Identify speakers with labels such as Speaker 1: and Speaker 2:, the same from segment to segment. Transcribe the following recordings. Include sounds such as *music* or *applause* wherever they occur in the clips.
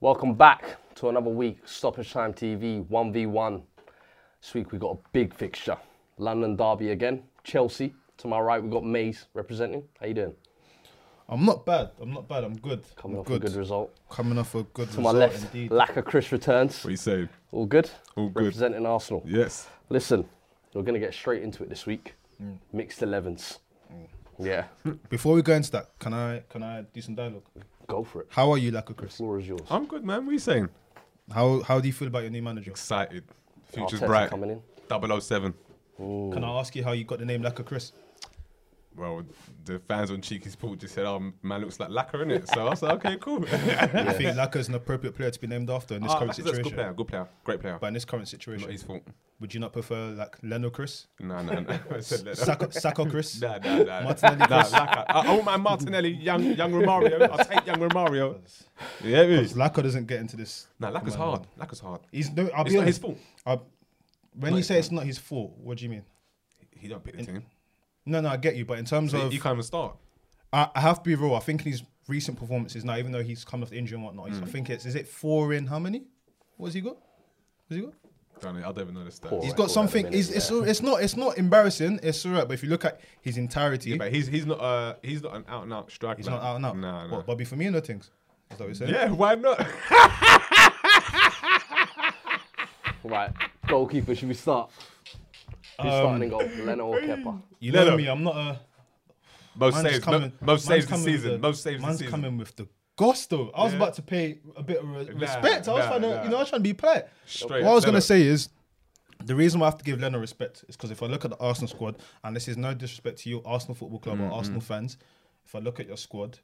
Speaker 1: Welcome back to another week, Stoppage Time TV 1v1. This week we've got a big fixture. London Derby again, Chelsea. To my right, we've got Mays representing. How you doing?
Speaker 2: I'm not bad. I'm not bad. I'm good.
Speaker 1: Coming
Speaker 2: I'm
Speaker 1: off a good result.
Speaker 2: Coming off a good
Speaker 1: To my
Speaker 2: result
Speaker 1: left,
Speaker 2: indeed.
Speaker 1: lack of Chris returns.
Speaker 3: What are you saying?
Speaker 1: All good?
Speaker 3: All good.
Speaker 1: Representing Arsenal.
Speaker 3: Yes.
Speaker 1: Listen, we're going to get straight into it this week. Mixed 11s. Yeah,
Speaker 2: Before we go into that, can I can I do some dialogue?
Speaker 1: go for it.
Speaker 2: How are you, Laka Chris?
Speaker 1: Floor is yours.
Speaker 3: I'm good, man. What are you saying?
Speaker 2: How how do you feel about your new manager?
Speaker 3: Excited. Future's
Speaker 1: Arteta
Speaker 3: bright.
Speaker 1: coming in.
Speaker 3: 007.
Speaker 2: Can I ask you how you got the name Laka Chris?
Speaker 3: Well, the fans on Cheeky Sport just said, oh, man looks like Lacquer, innit? So I was like, okay,
Speaker 2: *laughs*
Speaker 3: cool.
Speaker 2: I think Laka is an appropriate player to be named after in this
Speaker 3: Ah,
Speaker 2: current
Speaker 3: Lacazzette's a good
Speaker 2: situation.
Speaker 3: player, good player, great player.
Speaker 2: But in this current
Speaker 3: Not
Speaker 2: situation,
Speaker 3: his fault.
Speaker 2: would you not prefer like Leno
Speaker 3: *laughs*
Speaker 2: Chris,
Speaker 3: No,
Speaker 2: *laughs*
Speaker 3: no, no. I said that.
Speaker 2: Saka, Saka Chris?
Speaker 3: Nah, nah, nah.
Speaker 2: Martinelli
Speaker 3: nah,
Speaker 2: Chris.
Speaker 3: Lacazette. I, I want my Martinelli, young, young Romario. I'll take young Romario. Yeah, me.
Speaker 2: Laka doesn't get into this.
Speaker 3: Nah, Lacquer's hard. Lacquer's hard.
Speaker 2: He's no. I'll
Speaker 3: It's
Speaker 2: be
Speaker 3: not
Speaker 2: honest.
Speaker 3: his fault. um,
Speaker 2: I- when you say it's not his fault, what do you mean?
Speaker 3: He don't pick the team.
Speaker 2: No, no, I get you. But in terms
Speaker 3: So
Speaker 2: of
Speaker 3: he can't even start.
Speaker 2: I, I have to be real. I think in his recent performances now, even though he's come off the injury and whatnot, he's I
Speaker 3: Mm.
Speaker 2: think it's is it four in how many? What's he got? What's he got?
Speaker 3: Don't know, I don't even know the stats.
Speaker 1: Poor.
Speaker 2: He's
Speaker 1: Alright,
Speaker 2: got
Speaker 1: cool,
Speaker 2: something.
Speaker 1: at the
Speaker 2: It's
Speaker 1: minute,
Speaker 2: it's, all- it's not it's not embarrassing. It's alright. But if you look at his entirety,
Speaker 3: Yeah, but he's he's not uh he's not an out and out striker.
Speaker 2: he's not out and out.
Speaker 3: Nah, nah.
Speaker 2: What, Bobby Firmino things. Is that what you're saying?
Speaker 3: Yeah, why not?
Speaker 1: Right, goalkeeper, should we start? Who's starting in goal? Leno or Kepa?
Speaker 2: You know
Speaker 3: Leno.
Speaker 2: me. I'm not a.
Speaker 3: Most
Speaker 2: Man's
Speaker 3: saves,
Speaker 2: coming,
Speaker 3: mo- most
Speaker 2: man's
Speaker 3: saves this
Speaker 2: coming with
Speaker 3: season.
Speaker 2: the-
Speaker 3: most saves
Speaker 2: man's
Speaker 3: this season.
Speaker 2: coming with the gusto. I was
Speaker 3: Yeah.
Speaker 2: about to pay a bit of re- respect. I was
Speaker 3: nah,
Speaker 2: trying to,
Speaker 3: nah.
Speaker 2: you know, I was trying to be polite.
Speaker 3: Straight
Speaker 2: what I was
Speaker 3: Leno.
Speaker 2: gonna say is, the reason why I have to give Leno respect is because if I look at the Arsenal squad, and this is no disrespect to you, Arsenal Football Club
Speaker 3: Mm-hmm.
Speaker 2: or Arsenal fans, if I look at your squad,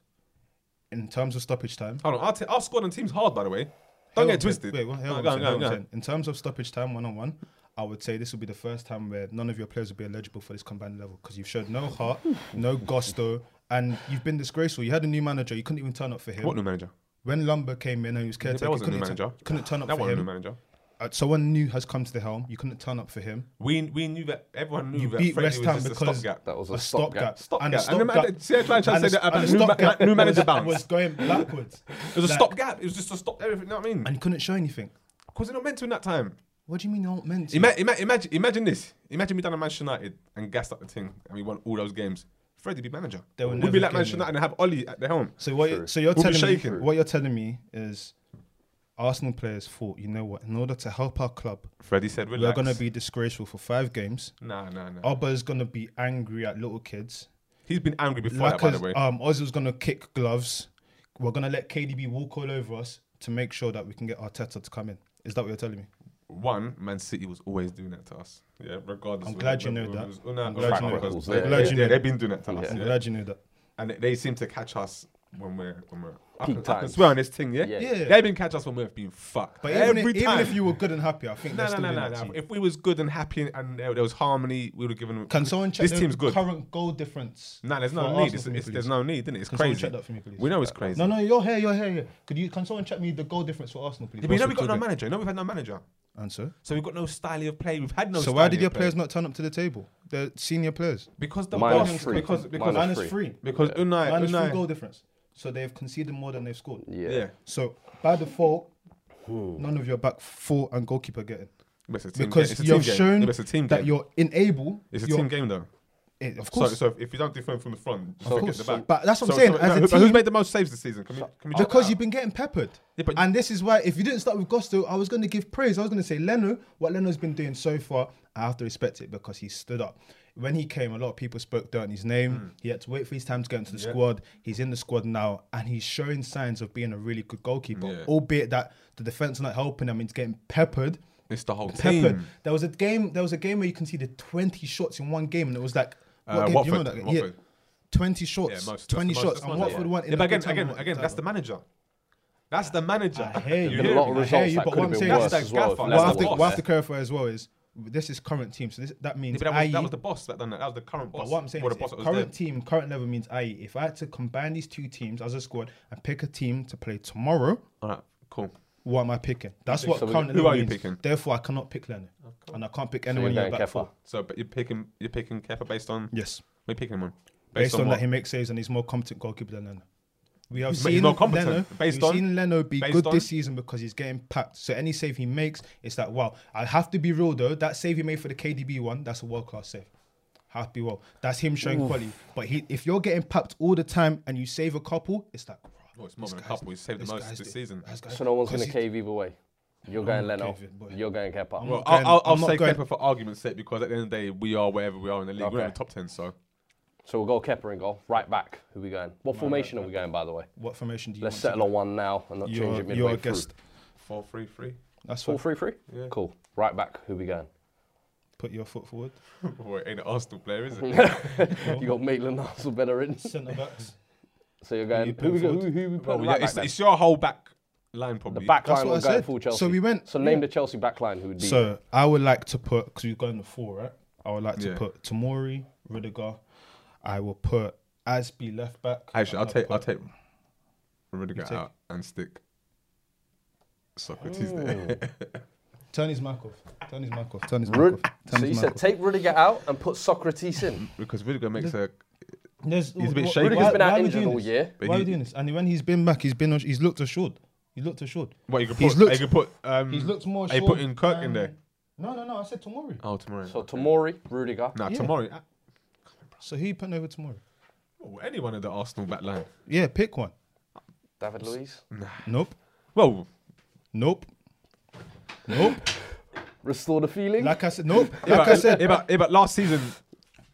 Speaker 2: in terms of stoppage time,
Speaker 3: Hold on, our, t- our squad and team's hard, by the way. Don't
Speaker 2: Hang on,
Speaker 3: get twisted.
Speaker 2: Wait, wait, hang
Speaker 3: No,
Speaker 2: on,
Speaker 3: go on,
Speaker 2: hang
Speaker 3: go on,
Speaker 2: on,
Speaker 3: go on.
Speaker 2: hang on. In terms of stoppage time one on one, I would say this will be the first time where none of your players will be eligible for this combined level because you've showed no heart, no gusto, and you've been disgraceful. You had a new manager, you couldn't even turn up for him.
Speaker 3: What new manager?
Speaker 2: When Lumber came in and he was caretaker,
Speaker 3: that wasn't a
Speaker 2: couldn't,
Speaker 3: new
Speaker 2: even-
Speaker 3: manager.
Speaker 2: couldn't turn up
Speaker 3: That
Speaker 2: for
Speaker 3: wasn't a new
Speaker 2: him.
Speaker 3: manager.
Speaker 2: Uh, someone new has come to the helm. You couldn't turn up for him.
Speaker 3: We we knew that everyone knew that
Speaker 2: beat
Speaker 3: Freddie
Speaker 2: West
Speaker 3: was
Speaker 2: Ham
Speaker 3: just a
Speaker 2: because-
Speaker 3: stopgap.
Speaker 1: That was a,
Speaker 2: A
Speaker 1: stopgap.
Speaker 2: stopgap.
Speaker 3: Stopgap.
Speaker 2: And a
Speaker 3: And the man-
Speaker 2: stopgap-
Speaker 3: see, I tried to
Speaker 2: and
Speaker 3: say
Speaker 2: a-
Speaker 3: that
Speaker 2: and
Speaker 3: about
Speaker 2: a
Speaker 3: new ma-
Speaker 2: stopgap
Speaker 3: new manager
Speaker 2: was-
Speaker 3: bounce.
Speaker 2: was going backwards.
Speaker 3: It was a
Speaker 2: Like,
Speaker 3: stopgap. It was just to stop everything. You know what I mean?
Speaker 2: and you couldn't show anything.
Speaker 3: Because they're not meant to in that time.
Speaker 2: What do you mean you aren't meant to?
Speaker 3: Ima- ima- imagine, imagine this. Imagine we done a Manchester United and gassed up the thing, and we won all those games. Freddie be manager.
Speaker 2: They were
Speaker 3: We'd
Speaker 2: never
Speaker 3: be like
Speaker 2: getting
Speaker 3: Manchester
Speaker 2: there.
Speaker 3: United and have Ollie at the helm.
Speaker 2: So what?
Speaker 1: True.
Speaker 2: So you're
Speaker 3: We'll be
Speaker 2: telling me
Speaker 3: shaken.
Speaker 2: what you're telling me is Arsenal players thought, you know what? In order to help our club,
Speaker 3: Freddie said,
Speaker 2: we're
Speaker 3: "Relax."
Speaker 2: going to be Oh, disgraceful for five games.
Speaker 3: Nah, nah, nah.
Speaker 2: Abba is going to be angry at little kids.
Speaker 3: He's been angry before that, by
Speaker 2: Laka's,
Speaker 3: the way.
Speaker 2: um, Ozil's going to kick gloves. We're going to let KDB walk all over us to make sure that we can get Arteta to come in. Is that what you're telling me?
Speaker 3: One, Man City was always doing that to us. Yeah, regardless.
Speaker 2: I'm
Speaker 3: of
Speaker 2: glad you
Speaker 3: whether
Speaker 2: know
Speaker 3: it
Speaker 2: that.
Speaker 3: was- oh, no,
Speaker 2: I'm
Speaker 3: oh,
Speaker 2: glad
Speaker 3: right,
Speaker 2: you know
Speaker 3: because
Speaker 1: that.
Speaker 3: they-
Speaker 1: I'm
Speaker 2: glad you
Speaker 3: they-
Speaker 2: know
Speaker 3: they-
Speaker 2: that.
Speaker 3: They've been doing that to us.
Speaker 2: I'm
Speaker 3: yeah.
Speaker 2: glad you knew that.
Speaker 3: And they- they seem to catch us when we're when we're. I
Speaker 1: Peak
Speaker 3: can, I can
Speaker 1: times.
Speaker 3: swear on this thing, yeah.
Speaker 1: Yeah.
Speaker 2: Yeah.
Speaker 3: They've been catch us when we've been fucked.
Speaker 2: But even,
Speaker 3: every
Speaker 2: if,
Speaker 3: time.
Speaker 2: even if you were good and happy, I think
Speaker 3: no,
Speaker 2: they're
Speaker 3: no,
Speaker 2: still
Speaker 3: no,
Speaker 2: doing
Speaker 3: no,
Speaker 2: that to
Speaker 3: no.
Speaker 2: you.
Speaker 3: If we was good and happy and there there was harmony, we would have given them.
Speaker 2: Can someone check
Speaker 3: this
Speaker 2: the
Speaker 3: team's good.
Speaker 2: current goal difference?
Speaker 3: No, there's
Speaker 2: for
Speaker 3: no
Speaker 2: Arsenal
Speaker 3: need. It's,
Speaker 2: for me,
Speaker 3: it's,
Speaker 2: please?
Speaker 3: there's no need, isn't it? It's
Speaker 2: Can someone
Speaker 3: crazy.
Speaker 2: check that for me, please?
Speaker 3: We know it's crazy.
Speaker 2: No, no, you're here, you're here, yeah. Could you can someone check me the goal difference for Arsenal, please?
Speaker 3: Yeah, but you know we got no manager. You know we've had no manager.
Speaker 2: Answer.
Speaker 3: So we've got no style of play. We've had no.
Speaker 2: So why
Speaker 3: style
Speaker 2: did
Speaker 3: of
Speaker 2: your
Speaker 3: play.
Speaker 2: players not turn up to the table? The senior players.
Speaker 3: Because the
Speaker 1: Minus
Speaker 3: Bosnians-
Speaker 1: three.
Speaker 3: Because because
Speaker 1: Minus
Speaker 2: Minus
Speaker 1: three.
Speaker 2: three.
Speaker 3: because Unai
Speaker 2: Minus three
Speaker 3: Unai-
Speaker 2: goal difference. So they've conceded more than they've scored.
Speaker 1: Yeah.
Speaker 3: Yeah.
Speaker 2: So by default, none of your back four and goalkeeper getting.
Speaker 3: But It's a team
Speaker 2: Because
Speaker 3: game. It's a
Speaker 2: you've
Speaker 3: team game.
Speaker 2: shown
Speaker 3: Yeah, but it's a team
Speaker 2: that
Speaker 3: game.
Speaker 2: you're enable.
Speaker 3: It's a
Speaker 2: you're-
Speaker 3: team game though.
Speaker 2: eh, of
Speaker 3: So,
Speaker 2: course.
Speaker 3: so if you don't defend from the front, just forget
Speaker 2: course.
Speaker 3: the back.
Speaker 2: But that's what I'm
Speaker 3: So-
Speaker 2: saying,
Speaker 3: so-
Speaker 2: as
Speaker 3: no,
Speaker 2: a
Speaker 3: who- but who's
Speaker 2: team-
Speaker 3: made the most saves this season? Can we, can we check
Speaker 2: because
Speaker 3: that
Speaker 2: you've
Speaker 3: out?
Speaker 2: been getting peppered.
Speaker 3: Yeah, but-
Speaker 2: and this is why, if you didn't start with Gusto, I was going to give praise. I was going to say Leno, what Leno's been doing so far, I have to respect it because he stood up. When he came, a lot of people spoke down his name.
Speaker 3: Hmm.
Speaker 2: He had to wait for his time to get into the squad. He's in the squad now, and he's showing signs of being a really good goalkeeper,
Speaker 3: Yeah.
Speaker 2: albeit that the defense are not helping him. It's getting peppered.
Speaker 3: It's the whole
Speaker 2: Peppered.
Speaker 3: team.
Speaker 2: There was a game. There was a game where you conceded twenty shots in one game, and it was like, what game?
Speaker 3: Uh,
Speaker 2: Do you remember
Speaker 3: Watford,
Speaker 2: that? game?
Speaker 3: Watford.
Speaker 2: Yeah, twenty
Speaker 3: Yeah,
Speaker 2: shots.
Speaker 3: most. that's
Speaker 2: twenty
Speaker 3: the most-
Speaker 2: shots.
Speaker 3: that's
Speaker 2: And
Speaker 3: most, yeah.
Speaker 2: Watford won. in
Speaker 3: Yeah,
Speaker 2: a
Speaker 3: but
Speaker 2: good
Speaker 3: again,
Speaker 2: time
Speaker 3: again,
Speaker 2: and
Speaker 3: again,
Speaker 2: won.
Speaker 3: that's the manager. That's the manager.
Speaker 2: I hear you.
Speaker 3: You
Speaker 1: There's
Speaker 3: hear
Speaker 1: a lot of
Speaker 3: me?
Speaker 2: I hear
Speaker 1: results
Speaker 2: you,
Speaker 1: that
Speaker 2: but
Speaker 1: could
Speaker 2: what
Speaker 1: have
Speaker 2: I'm
Speaker 1: been
Speaker 2: saying-
Speaker 1: worse
Speaker 2: That's
Speaker 3: that
Speaker 1: as well.
Speaker 3: gaffer.
Speaker 1: if
Speaker 3: That's
Speaker 2: What I
Speaker 1: Leno
Speaker 2: have,
Speaker 3: the
Speaker 2: to,
Speaker 1: was
Speaker 2: what I have to
Speaker 1: there.
Speaker 2: clarify as well is this is current team, so this, that means
Speaker 3: Yeah, but that,
Speaker 2: IE.
Speaker 3: was, that was the boss that done that. That was the current boss.
Speaker 2: but what I'm saying
Speaker 3: Or
Speaker 2: is
Speaker 3: the boss that was
Speaker 2: current
Speaker 3: there.
Speaker 2: team, current level means IE. If I had to combine these two teams as a squad and pick a team to play tomorrow,
Speaker 3: All right, cool.
Speaker 2: what am I picking? That's what
Speaker 1: so we-
Speaker 2: current
Speaker 3: who
Speaker 2: level
Speaker 3: are you
Speaker 2: means.
Speaker 3: picking?
Speaker 2: Therefore, I cannot pick Leonard, and I can't pick
Speaker 1: So
Speaker 2: anyone
Speaker 1: you're
Speaker 2: in
Speaker 1: going
Speaker 2: your back
Speaker 1: Kepa.
Speaker 2: four.
Speaker 3: So, but you're picking you're picking Kepa based on.
Speaker 2: Yes,
Speaker 3: We're picking him on.
Speaker 2: based, on,
Speaker 3: what?
Speaker 2: that he makes saves and he's more competent goalkeeper than Leonard. We have
Speaker 3: He's- he's
Speaker 2: seen
Speaker 3: not competent.
Speaker 2: Leno.
Speaker 3: Based
Speaker 2: we've
Speaker 3: on-
Speaker 2: seen Leno be
Speaker 3: based
Speaker 2: good
Speaker 3: on-
Speaker 2: this season because he's getting packed. So any save he makes, it's like wow. I have to be real though. That save he made for the KDB one, that's a world class save. Have to be well. That's him showing quality. But he, if you're getting packed all the time and you save a couple, it's like.
Speaker 3: Well, it's more
Speaker 2: this
Speaker 3: than a
Speaker 2: guy's-
Speaker 3: couple. He's saved the most
Speaker 2: guy's
Speaker 3: this
Speaker 2: doing-
Speaker 3: season.
Speaker 2: this guy's-
Speaker 1: So no one's
Speaker 2: 'cause
Speaker 1: going to
Speaker 2: he's-
Speaker 1: cave either way. You're going Leno.
Speaker 2: caving, boy.
Speaker 1: You're going Kepa.
Speaker 3: Well,
Speaker 2: not
Speaker 3: I'll, I'll,
Speaker 2: going- I'm
Speaker 3: I'll
Speaker 2: not
Speaker 3: say
Speaker 2: going-
Speaker 3: Kepa for argument's sake because at the end of the day, we are wherever we are in the league. We're
Speaker 1: Okay.
Speaker 3: in the top 10, so.
Speaker 1: So we'll go Kepa in goal. Right back. Who we going? What formation are we going, by the way?
Speaker 2: What formation do you
Speaker 1: Let's
Speaker 2: want?
Speaker 1: settle on one now and not
Speaker 2: to-
Speaker 1: change
Speaker 2: You're,
Speaker 1: it midway
Speaker 2: you're a
Speaker 1: through.
Speaker 2: guest.
Speaker 3: 4 3 *laughs* 3.
Speaker 2: That's
Speaker 1: Four
Speaker 2: what.
Speaker 1: three three.
Speaker 3: Yeah.
Speaker 1: Cool. Right back. Who we going?
Speaker 2: Put your foot forward.
Speaker 3: Boy, ain't an Arsenal
Speaker 2: *laughs*
Speaker 3: player, is it? *laughs*
Speaker 1: you got Maitland Niles better in.
Speaker 2: Centre backs.
Speaker 1: So you're going.
Speaker 2: you
Speaker 1: Who we
Speaker 2: putting
Speaker 1: go? Who,
Speaker 2: forward?
Speaker 1: who we
Speaker 3: Well,
Speaker 1: putting
Speaker 3: yeah,
Speaker 1: right back?
Speaker 3: it's,
Speaker 1: then?
Speaker 3: it's your whole back line,
Speaker 1: The
Speaker 3: probably.
Speaker 1: back
Speaker 2: That's
Speaker 1: line
Speaker 2: what
Speaker 1: will
Speaker 2: I
Speaker 1: go
Speaker 2: said.
Speaker 1: full
Speaker 2: So
Speaker 1: Chelsea.
Speaker 2: we went-
Speaker 1: So name
Speaker 2: yeah.
Speaker 1: the Chelsea back line. Who would be?
Speaker 2: So I would like to put because we've gone the four, right? I would like to
Speaker 3: Yeah.
Speaker 2: put Tamori, Rudiger. I will put Asby left back.
Speaker 3: Actually, I'll
Speaker 2: I'll
Speaker 3: take, I'll
Speaker 2: put-
Speaker 3: take Rudiger
Speaker 2: take-
Speaker 3: out and stick Socrates there.
Speaker 2: Oh. Turn his mic off. Turn his mic off. Turn his
Speaker 1: Rud-
Speaker 2: mic off. Turn
Speaker 1: so you
Speaker 2: his
Speaker 1: said
Speaker 2: mic off.
Speaker 1: take Rudiger out and put Socrates in.
Speaker 3: *laughs* because Rudiger makes a.
Speaker 2: There's-
Speaker 3: He's a bit
Speaker 2: wh- wh- why-
Speaker 3: shaky. Rudiger's
Speaker 1: been out
Speaker 2: why are we
Speaker 1: injured
Speaker 2: doing
Speaker 1: all
Speaker 2: this?
Speaker 1: year.
Speaker 3: But
Speaker 2: Why are
Speaker 3: he-
Speaker 2: we doing this? And when he's been back, he's been. on- He's looked assured. He looked assured.
Speaker 3: What, you could
Speaker 2: He's
Speaker 3: put,
Speaker 2: looked-
Speaker 3: you could put, um,
Speaker 2: He's looked more.
Speaker 3: Are you
Speaker 2: assured
Speaker 3: putting Kirk in there?
Speaker 2: than- No, no, no. I said Tamori.
Speaker 3: Oh, tomorrow.
Speaker 1: So Tomori, Rudiger.
Speaker 3: Nah,
Speaker 2: Yeah.
Speaker 3: tomorrow. uh,
Speaker 2: So who you putting over Tamori?
Speaker 3: well, anyone in the Arsenal back line.
Speaker 2: Yeah, pick one.
Speaker 1: David Luiz.
Speaker 2: Nope.
Speaker 3: Well,
Speaker 2: Nope. Nope.
Speaker 1: Restore the feeling.
Speaker 2: Like I said, nope.
Speaker 3: yeah,
Speaker 2: Like
Speaker 3: but,
Speaker 2: I said,
Speaker 3: yeah, but, yeah, but last season,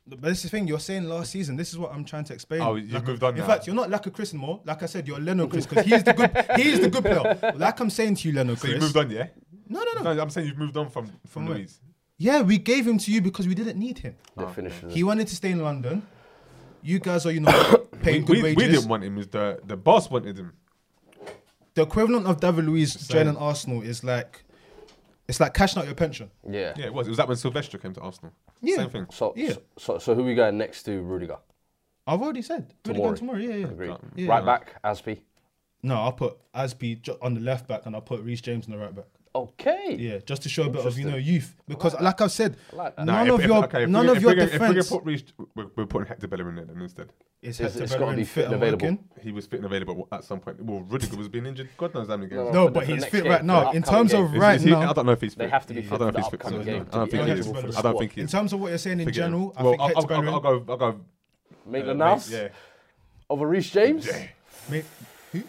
Speaker 2: But this is the thing you're saying last season. This is what I'm trying to explain.
Speaker 3: Oh, you've
Speaker 2: Like-
Speaker 3: moved on
Speaker 2: In
Speaker 3: now.
Speaker 2: fact, you're not like a Chris more. Like I said, you're Leno Chris because he's the good. he's the good
Speaker 3: *laughs*
Speaker 2: player. Like I'm saying to you, Leno
Speaker 3: so
Speaker 2: Chris.
Speaker 3: you moved on, yeah?
Speaker 2: No, no, no.
Speaker 3: No, I'm saying you've moved on from, from
Speaker 2: where?
Speaker 3: Louise.
Speaker 2: Yeah, we gave him to you because we didn't need him.
Speaker 1: the finisher.
Speaker 2: He wanted to stay in London. You guys are, you
Speaker 3: *coughs*
Speaker 2: know,
Speaker 3: We,
Speaker 2: paying good
Speaker 3: we, we
Speaker 2: wages.
Speaker 3: didn't want him. Is the the boss wanted him?
Speaker 2: the equivalent of David Luiz joining Arsenal is like, it's like cashing out your pension.
Speaker 1: yeah.
Speaker 3: Yeah, it was. It was that when Silvestre came to Arsenal.
Speaker 2: Yeah.
Speaker 3: Same thing.
Speaker 1: So,
Speaker 2: Yeah.
Speaker 1: so so so who we going next to Rudiger?
Speaker 2: I've already said. Tomorrow.
Speaker 1: Tomori.
Speaker 2: Tomorrow. Yeah, yeah.
Speaker 1: Agreed.
Speaker 2: Yeah.
Speaker 1: Right back, Aspi.
Speaker 2: No, I'll put Asby ju- on the left back and I'll put Reece James on the right back.
Speaker 1: Okay.
Speaker 2: Yeah, just to show a bit of you know youth because, like, I've said,
Speaker 1: like that.
Speaker 2: none
Speaker 3: Nah,
Speaker 2: of
Speaker 3: if- if-
Speaker 2: your
Speaker 3: okay, if
Speaker 2: none
Speaker 3: we're-
Speaker 2: of
Speaker 3: if
Speaker 2: your
Speaker 3: we're gonna- If we're
Speaker 2: defense
Speaker 3: gonna put Reece, we're, we're putting Hector Bellerin in then instead.
Speaker 2: is
Speaker 1: It's-
Speaker 2: Hector
Speaker 1: it's gotta
Speaker 2: Bellerin
Speaker 1: be fit
Speaker 2: fit and
Speaker 1: and
Speaker 2: working.
Speaker 3: He was fit and available at some point. Well, Rudiger was being injured. God knows how many games.
Speaker 1: No,
Speaker 2: No,
Speaker 1: For the- for
Speaker 2: but
Speaker 1: the
Speaker 2: he's
Speaker 1: next
Speaker 2: fit
Speaker 1: game,
Speaker 2: right
Speaker 1: for
Speaker 2: now.
Speaker 1: the upcoming
Speaker 2: In terms of
Speaker 1: game.
Speaker 3: Is-
Speaker 2: right
Speaker 3: is he-
Speaker 2: now,
Speaker 3: I don't know if he's fit.
Speaker 1: They have to be
Speaker 3: I
Speaker 1: fit
Speaker 3: don't know
Speaker 1: for
Speaker 3: if
Speaker 1: the
Speaker 3: he's fit.
Speaker 1: upcoming
Speaker 3: I
Speaker 1: game to
Speaker 3: don't
Speaker 1: be
Speaker 3: think he is.
Speaker 1: eligible for the
Speaker 3: I don't
Speaker 1: squad.
Speaker 3: think he
Speaker 2: in
Speaker 3: is.
Speaker 2: terms of what you're saying in
Speaker 3: Forget it.
Speaker 2: general, I
Speaker 3: well,
Speaker 2: think
Speaker 3: I'll,
Speaker 2: Hector
Speaker 3: I'll, I'll,
Speaker 2: Bellerin.
Speaker 3: I'll go. I'll go.
Speaker 1: Maitland
Speaker 3: uh,
Speaker 1: Niles
Speaker 3: Yeah.
Speaker 1: over Reece James.
Speaker 2: Mate, who?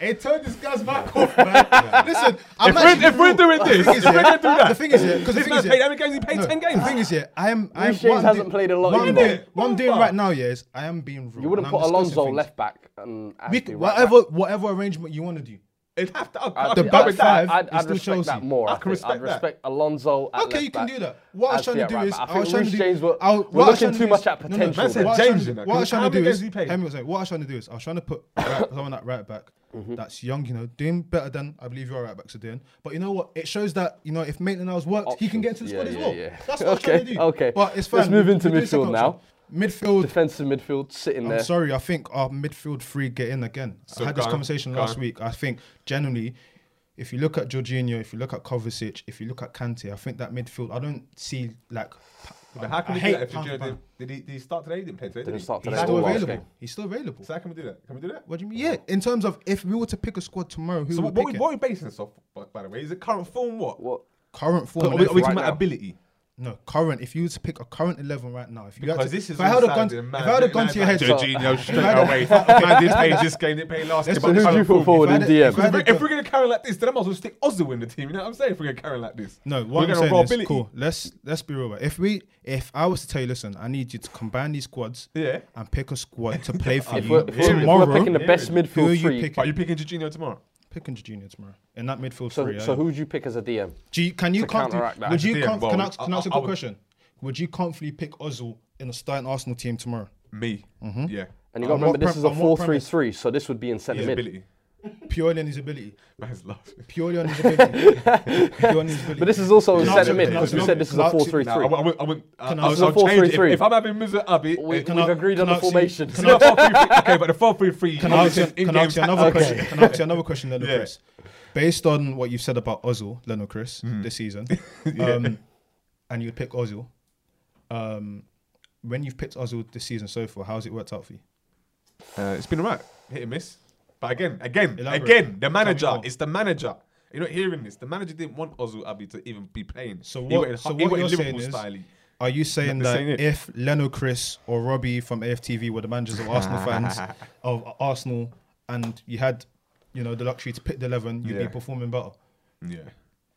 Speaker 2: Hey, turn this guy's back off, man.
Speaker 1: *laughs*
Speaker 2: Listen, I'm
Speaker 3: If we're, if we're doing this,
Speaker 2: the thing is,
Speaker 3: if we're gonna do
Speaker 2: yeah,
Speaker 3: that,
Speaker 2: the thing is, yeah, because the
Speaker 3: this
Speaker 2: thing
Speaker 3: man's
Speaker 2: is,
Speaker 3: played
Speaker 2: yeah,
Speaker 3: how many games? He played
Speaker 2: no,
Speaker 3: ten
Speaker 2: the
Speaker 3: games.
Speaker 2: thing is, yeah, I am. I am
Speaker 1: Reece James
Speaker 2: what I'm
Speaker 1: hasn't
Speaker 2: doing-
Speaker 1: played a lot
Speaker 2: What I'm
Speaker 1: either.
Speaker 2: doing, what I'm doing right now, yeah, is I am being real.
Speaker 1: You wouldn't
Speaker 2: and
Speaker 1: put
Speaker 2: I'm discussing
Speaker 1: Alonso
Speaker 2: things.
Speaker 1: left back and
Speaker 2: We,
Speaker 1: Aspi
Speaker 2: c-
Speaker 1: right
Speaker 2: whatever, whatever arrangement you want to do.
Speaker 3: It'd have to. I,
Speaker 1: Uh, back.
Speaker 3: I,
Speaker 2: The
Speaker 1: I'd-
Speaker 2: back
Speaker 1: I'd-
Speaker 2: five
Speaker 1: I'd, I'd,
Speaker 2: is still
Speaker 1: respect that
Speaker 2: Chelsea.
Speaker 1: more.
Speaker 3: I
Speaker 1: I,
Speaker 3: can
Speaker 1: think.
Speaker 3: respect
Speaker 1: I'd
Speaker 3: that.
Speaker 1: respect Alonso. At
Speaker 2: Okay,
Speaker 1: left
Speaker 2: you can
Speaker 1: back,
Speaker 2: do that. What I was
Speaker 1: Aspi
Speaker 2: trying to
Speaker 1: at
Speaker 2: do
Speaker 1: right
Speaker 2: is,
Speaker 1: back. I
Speaker 2: I was
Speaker 1: think
Speaker 2: trying
Speaker 1: Reece
Speaker 2: to do-
Speaker 1: James were,
Speaker 2: I-
Speaker 1: were
Speaker 2: what I was
Speaker 1: looking
Speaker 2: trying to
Speaker 1: too
Speaker 2: do
Speaker 1: much at
Speaker 2: is- no, no,
Speaker 1: potential.
Speaker 3: man said
Speaker 2: What I was
Speaker 3: James
Speaker 2: trying to-
Speaker 3: in that.
Speaker 2: What I was
Speaker 3: How
Speaker 2: trying to
Speaker 3: many
Speaker 2: do
Speaker 3: games
Speaker 2: is,
Speaker 3: he played?
Speaker 2: Henry was like, what I was trying to do is, I was trying to put right, someone at right back that's young, you know, doing better than I believe your right backs are doing. But you know what? It shows that you know if Maitland Niles worked, he can get to the
Speaker 1: Yeah,
Speaker 2: squad as
Speaker 1: yeah,
Speaker 2: well.
Speaker 1: yeah.
Speaker 2: That's what I was trying
Speaker 1: *laughs*
Speaker 2: to
Speaker 1: Okay,
Speaker 2: do.
Speaker 1: okay.
Speaker 2: but it's fine.
Speaker 1: Let's move
Speaker 2: We-
Speaker 1: into
Speaker 2: we do the second
Speaker 1: midfield now.
Speaker 2: option. Midfield.
Speaker 1: Defensive midfield sitting
Speaker 2: I'm
Speaker 1: there.
Speaker 2: sorry, I think our midfield three get in again.
Speaker 3: So
Speaker 2: I had this
Speaker 3: go on,
Speaker 2: conversation
Speaker 3: go
Speaker 2: last
Speaker 3: on.
Speaker 2: week. I think generally, if you look at Jorginho, if you look at Kovacic, if you look at Kante, I think that midfield, I don't see like.
Speaker 3: But how can
Speaker 2: I
Speaker 3: we
Speaker 2: hate
Speaker 3: do that if
Speaker 2: pound for
Speaker 3: Jorginho
Speaker 2: pound.
Speaker 3: did, did, he, did he start today? He didn't play today.
Speaker 1: Didn't
Speaker 3: he?
Speaker 1: start
Speaker 3: He's
Speaker 1: today.
Speaker 2: still
Speaker 1: All last
Speaker 2: available.
Speaker 1: game.
Speaker 2: He's still available.
Speaker 3: So how can we do that? Can we do that?
Speaker 2: What do you mean? Yeah, in terms of if we were to pick a squad tomorrow, who
Speaker 3: So
Speaker 2: would
Speaker 3: what,
Speaker 2: pick
Speaker 3: what, we,
Speaker 2: it?
Speaker 3: what are we basing this off? By, by the way, is it current form? What?
Speaker 1: What?
Speaker 2: Current form.
Speaker 3: Are
Speaker 2: and
Speaker 3: we, are
Speaker 2: everything.
Speaker 3: we talking
Speaker 1: Right
Speaker 3: about
Speaker 1: now.
Speaker 3: ability?
Speaker 2: no, current. If you were to pick a current eleven right now, if you had
Speaker 3: Because
Speaker 2: to,
Speaker 3: this is
Speaker 2: if I had a
Speaker 3: all
Speaker 2: gun,
Speaker 3: sounding
Speaker 2: if
Speaker 3: mad.
Speaker 2: I had a gun to your head,
Speaker 1: Imagine-
Speaker 3: Jorginho straight away. Man did play this game, didn't play last game.
Speaker 2: Let's
Speaker 3: but
Speaker 2: put
Speaker 1: Who
Speaker 3: current
Speaker 1: do you put
Speaker 3: form.
Speaker 1: forward
Speaker 2: If I
Speaker 1: in
Speaker 2: had it- if I
Speaker 1: DM?
Speaker 2: had-
Speaker 3: If we're, if we're going to carry like this, then I might as well stick Ozil in the team. You know what I'm saying? If we're going to carry like this.
Speaker 2: No,
Speaker 3: we're
Speaker 2: what I'm
Speaker 3: gonna
Speaker 2: saying
Speaker 3: roll
Speaker 2: is,
Speaker 3: ability.
Speaker 2: cool. Let's let's be real. If we, if I was to tell you, listen, I need you to combine these squads,
Speaker 3: Yeah.
Speaker 2: and pick a squad
Speaker 1: *laughs*
Speaker 2: to play for
Speaker 1: If
Speaker 2: you
Speaker 1: we're, if we're- if we're
Speaker 2: tomorrow.
Speaker 1: picking the best
Speaker 3: Who are
Speaker 2: who are
Speaker 1: midfield
Speaker 2: you
Speaker 1: three,
Speaker 2: picking?
Speaker 3: Are you picking Jorginho tomorrow?
Speaker 2: Picking Jorginho tomorrow in that midfield
Speaker 1: so,
Speaker 2: three.
Speaker 1: so
Speaker 2: yeah.
Speaker 1: who would you pick as a DM?
Speaker 2: Do you, can you
Speaker 1: to
Speaker 2: comfort-
Speaker 1: counteract that?
Speaker 2: Would you
Speaker 3: Yeah,
Speaker 2: comf-
Speaker 3: well,
Speaker 2: can I, can I ask a quick
Speaker 3: I- I would-
Speaker 2: question? Would you comfortably pick Ozil in a starting Arsenal team tomorrow?
Speaker 3: Me.
Speaker 2: Mm-hmm.
Speaker 3: Yeah.
Speaker 1: And you got to
Speaker 2: On
Speaker 1: remember
Speaker 2: what
Speaker 1: this
Speaker 2: prem-
Speaker 1: is a
Speaker 2: on what
Speaker 1: 4 3 3, so this would be in centre
Speaker 3: His
Speaker 1: mid.
Speaker 3: ability.
Speaker 2: Purely on his ability.
Speaker 3: Man's laughing.
Speaker 2: Purely on
Speaker 1: *laughs*
Speaker 2: his ability. Purely on his ability.
Speaker 1: But this is also in
Speaker 2: Can I
Speaker 1: centre
Speaker 2: ask-
Speaker 1: mid
Speaker 2: can I
Speaker 1: because we
Speaker 2: ask-
Speaker 1: said this is
Speaker 2: can I
Speaker 1: a
Speaker 2: ask-
Speaker 1: 4 3
Speaker 3: Nah, I
Speaker 1: 3.
Speaker 3: won't. I won't. I won't I-
Speaker 2: Can I-
Speaker 3: I'll,
Speaker 2: This
Speaker 1: is a
Speaker 3: I'll change it.
Speaker 1: 4-3-3.
Speaker 3: If, if I'm having Musa Abi,
Speaker 1: We,
Speaker 3: it-
Speaker 1: we've
Speaker 2: can I-
Speaker 1: agreed on
Speaker 2: can
Speaker 1: the
Speaker 2: I ask you-
Speaker 1: formation.
Speaker 2: can
Speaker 3: it's not 4-3-3. Okay, but the 4-3-3.
Speaker 2: Can I ask you, can I ask you another
Speaker 1: Okay.
Speaker 2: question? Can I ask you another question, Leno
Speaker 3: Yeah.
Speaker 2: Chris? Based on what you've said about Ozil, Leno Chris, this season, um, and you pick Ozil, um, when you've picked Ozil this season so far, how's it worked out for you?
Speaker 3: Uh, it's been alright. Hit and miss. But again, again,
Speaker 2: Elaborate.
Speaker 3: again, the
Speaker 2: me
Speaker 3: manager.
Speaker 2: more.
Speaker 3: It's the manager. You're not hearing this. The manager didn't want Ozil Abi to even be playing.
Speaker 2: So
Speaker 3: he
Speaker 2: what,
Speaker 3: wanted,
Speaker 2: so
Speaker 3: he
Speaker 2: what
Speaker 3: wanted
Speaker 2: you're saying
Speaker 3: Liverpool
Speaker 2: is,
Speaker 3: style.
Speaker 2: are you saying
Speaker 3: They're
Speaker 2: that
Speaker 3: saying it.
Speaker 2: if Leno, Chris, or Robbie from AFTV were the managers of Arsenal fans of Arsenal, and you had, you know, the luxury to pick the eleven, you'd
Speaker 3: Yeah.
Speaker 2: be performing better?
Speaker 3: Yeah.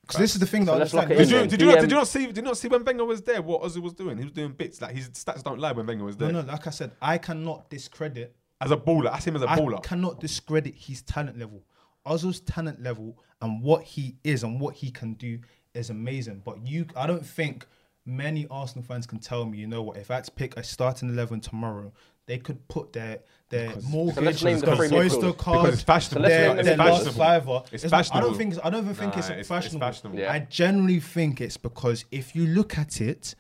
Speaker 2: Because this is the thing that I
Speaker 1: let's lock
Speaker 2: understand.
Speaker 1: it in then.
Speaker 3: Did you, did, you not, did
Speaker 1: DM
Speaker 3: you not see? Did you not see when Wenger was there? What Ozil was doing? He was doing bits. Like his stats don't lie when Wenger was
Speaker 2: No,
Speaker 3: there.
Speaker 2: no, like I said, I cannot discredit
Speaker 3: As a baller, that's him as a
Speaker 2: I
Speaker 3: baller.
Speaker 2: cannot discredit his talent level. Ozil's talent level and what he is and what he can do is amazing. But you, I don't think many Arsenal fans can tell me. You know what? If I had to pick a starting eleven tomorrow, they could put their their
Speaker 1: So let's
Speaker 2: mortgage,
Speaker 1: name the
Speaker 2: their
Speaker 1: three
Speaker 2: Oyster
Speaker 1: midfielders.
Speaker 2: card,
Speaker 3: Because it's fashionable.
Speaker 1: So let's
Speaker 2: their,
Speaker 1: name
Speaker 2: their
Speaker 1: the
Speaker 2: last
Speaker 1: midfielders.
Speaker 2: fiver.
Speaker 3: It's
Speaker 2: not- I
Speaker 3: fashionable.
Speaker 2: don't think. it's- I don't even think
Speaker 3: Nah,
Speaker 2: it's,
Speaker 3: it's- it's
Speaker 2: fashionable.
Speaker 3: fashionable.
Speaker 1: Yeah.
Speaker 2: I generally think it's because if you look at it,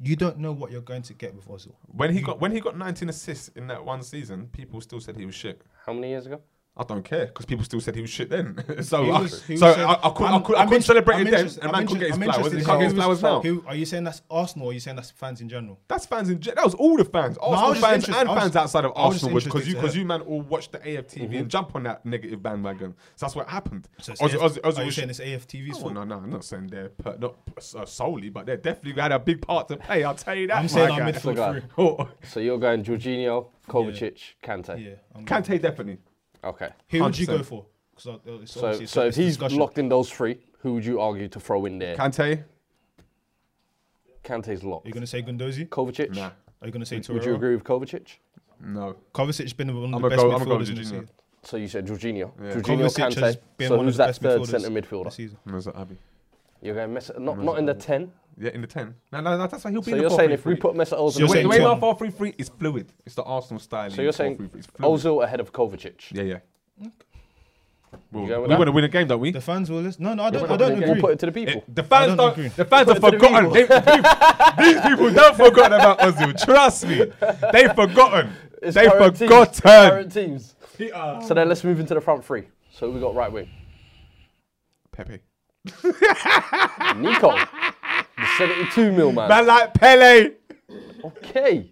Speaker 2: you don't know what you're going to get with Ozil.
Speaker 3: When he got when he got 19 assists in that one season, people still said he was shit.
Speaker 1: How many years ago?
Speaker 3: I don't care because people still said he was shit then. *laughs* so
Speaker 2: He
Speaker 3: I,
Speaker 2: was- he
Speaker 3: so
Speaker 2: was saying-
Speaker 3: I, I couldn't, I
Speaker 2: I'm-
Speaker 3: could, I
Speaker 2: I'm
Speaker 3: couldn't
Speaker 2: inter-
Speaker 3: celebrate
Speaker 2: I'm
Speaker 3: it then,
Speaker 2: interest-
Speaker 3: and
Speaker 2: I'm
Speaker 3: man couldn't get
Speaker 2: interest-
Speaker 3: his
Speaker 2: I'm
Speaker 3: flowers.
Speaker 2: interested
Speaker 3: He
Speaker 2: in
Speaker 3: can't get his
Speaker 2: how-
Speaker 3: flowers now.
Speaker 2: who- are you saying that's Arsenal or are you saying that's fans in general?
Speaker 3: That's fans in general. That was all the fans,
Speaker 2: was
Speaker 3: Arsenal
Speaker 2: just
Speaker 3: fans
Speaker 2: interested-
Speaker 3: and
Speaker 2: I was-
Speaker 3: fans outside of
Speaker 2: I was just
Speaker 3: Arsenal, because
Speaker 2: interested
Speaker 3: you
Speaker 2: to
Speaker 3: because
Speaker 2: hear.
Speaker 3: you man all watched the AFTV and jump on that negative bandwagon. So that's what happened.
Speaker 2: So it's
Speaker 3: Ozzy-
Speaker 2: AF
Speaker 3: Ozzy- Ozzy
Speaker 2: are you
Speaker 3: was-
Speaker 2: saying it's AFTV's
Speaker 3: Oh,
Speaker 2: fault?
Speaker 3: no, no, I'm not saying they're per, not uh, solely, but they definitely had a big part to play. I'll tell you that.
Speaker 2: I'm saying
Speaker 3: my
Speaker 2: our
Speaker 3: guy.
Speaker 1: So, guy.
Speaker 2: midfield three.
Speaker 3: *laughs* Oh,
Speaker 1: So you're going Jorginho, Kovacic, Kante.
Speaker 2: Yeah, I'm going-
Speaker 3: Kante definitely.
Speaker 1: Okay.
Speaker 2: Who would you
Speaker 3: 100%.
Speaker 2: go for? 'Cause, uh, it's
Speaker 1: So,
Speaker 2: obviously-
Speaker 1: so if
Speaker 2: it's a
Speaker 1: he's
Speaker 2: discussion.
Speaker 1: locked in those three, who would you argue to throw in there?
Speaker 3: Kante?
Speaker 1: Kante's locked.
Speaker 2: you're gonna say Gundozi?
Speaker 1: Kovacic?
Speaker 3: Nah.
Speaker 2: Are you gonna say
Speaker 1: Would you
Speaker 2: Torreira?
Speaker 1: agree with Kovacic?
Speaker 3: No.
Speaker 2: Kovacic's been one of
Speaker 3: I'm
Speaker 2: the
Speaker 3: a
Speaker 2: best
Speaker 3: go- I'm a go
Speaker 2: midfielders
Speaker 3: with
Speaker 2: in the
Speaker 3: Jorginho.
Speaker 2: season.
Speaker 1: So you said Jorginho.
Speaker 3: Yeah.
Speaker 1: Jorginho,
Speaker 2: Kovacic has
Speaker 1: Kante.
Speaker 2: been
Speaker 1: So
Speaker 2: one of
Speaker 1: who's
Speaker 2: the
Speaker 1: that
Speaker 2: best
Speaker 1: third
Speaker 2: midfielders
Speaker 1: centre
Speaker 2: this
Speaker 1: midfielder?
Speaker 2: season.
Speaker 3: No, it's not Abby.
Speaker 1: You're going Mesut, not, not in the 10.
Speaker 3: Yeah, in the 10. No, no, that's, that's why he'll be
Speaker 1: So
Speaker 3: in
Speaker 1: you're
Speaker 3: the
Speaker 1: saying if
Speaker 3: 4-3-3.
Speaker 1: we put Mesut Ozil...
Speaker 2: So
Speaker 1: in the
Speaker 2: you're
Speaker 3: The way, the
Speaker 2: saying
Speaker 3: way
Speaker 1: team-
Speaker 2: Tom-
Speaker 3: our 4 3 3 is fluid. It's the Arsenal style.
Speaker 1: so you're saying
Speaker 3: 4-3-3. It's fluid.
Speaker 1: Ozil ahead of Kovacic.
Speaker 3: Yeah, yeah. Well,
Speaker 1: You go with
Speaker 3: we
Speaker 1: that?
Speaker 3: want to win a game, don't we?
Speaker 2: The fans will listen. No, no, I don't.
Speaker 3: but
Speaker 2: I don't
Speaker 3: they-
Speaker 1: We'll
Speaker 2: agree.
Speaker 1: put it to the people.
Speaker 3: the fans
Speaker 2: don't
Speaker 3: don't.
Speaker 2: agree.
Speaker 3: The fans have
Speaker 1: Put it to the
Speaker 3: forgotten. They, these people don't forgotten about Ozil. Trust me, they forgotten.
Speaker 1: It's
Speaker 3: they
Speaker 1: current teams,
Speaker 3: forgotten.
Speaker 1: current teams. So then let's move into the front three. So we got right wing.
Speaker 3: Pepe,
Speaker 1: Nico. the 72 mil man.
Speaker 3: man like Pele.
Speaker 1: Okay.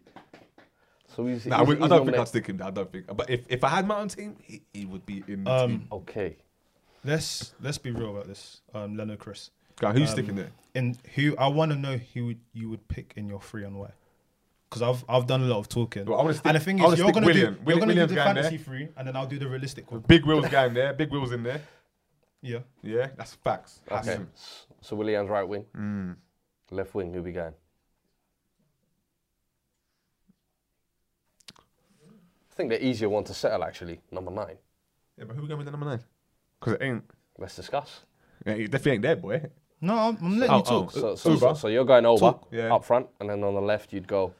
Speaker 1: So he's,
Speaker 3: Nah, I,
Speaker 1: he's,
Speaker 3: would-
Speaker 1: he's
Speaker 3: I don't think
Speaker 1: nominated.
Speaker 3: I'd stick him. there, I don't think. But if, if I had my own team, he, he would be in the team.
Speaker 1: Okay.
Speaker 2: Let's let's be real about this. Um, Leno, Chris,
Speaker 3: Guy, who's sticking there?
Speaker 2: and who I want to know who would- you would pick in your free and why. Because I've I've done a lot of talking.
Speaker 3: Well, I wanna
Speaker 2: and the
Speaker 3: stick-
Speaker 2: thing
Speaker 3: I wanna
Speaker 2: is, you're
Speaker 3: stick
Speaker 2: gonna
Speaker 3: Willian.
Speaker 2: do
Speaker 3: Will-
Speaker 2: you're gonna
Speaker 3: Willian's
Speaker 2: do the
Speaker 3: guy in there.
Speaker 2: fantasy free, and then I'll do the realistic one.
Speaker 3: Big Will's guy in there. Big Will's in there.
Speaker 2: Yeah.
Speaker 3: Yeah, that's facts. That's
Speaker 1: Okay.
Speaker 3: him.
Speaker 1: S- So Willian's right wing.
Speaker 3: Hmm.
Speaker 1: Left wing, who we going? I think the easier one to settle actually, number nine.
Speaker 3: Yeah, but who we going with the number nine? Because it ain't.
Speaker 1: Let's discuss.
Speaker 3: Yeah, he definitely ain't there, boy.
Speaker 2: No, I'm, I'm letting
Speaker 3: Oh,
Speaker 2: you talk.
Speaker 3: oh.
Speaker 1: So, so,
Speaker 3: Uber.
Speaker 1: so, so you're going over
Speaker 3: Talk, yeah.
Speaker 1: up front, and then on the left you'd go.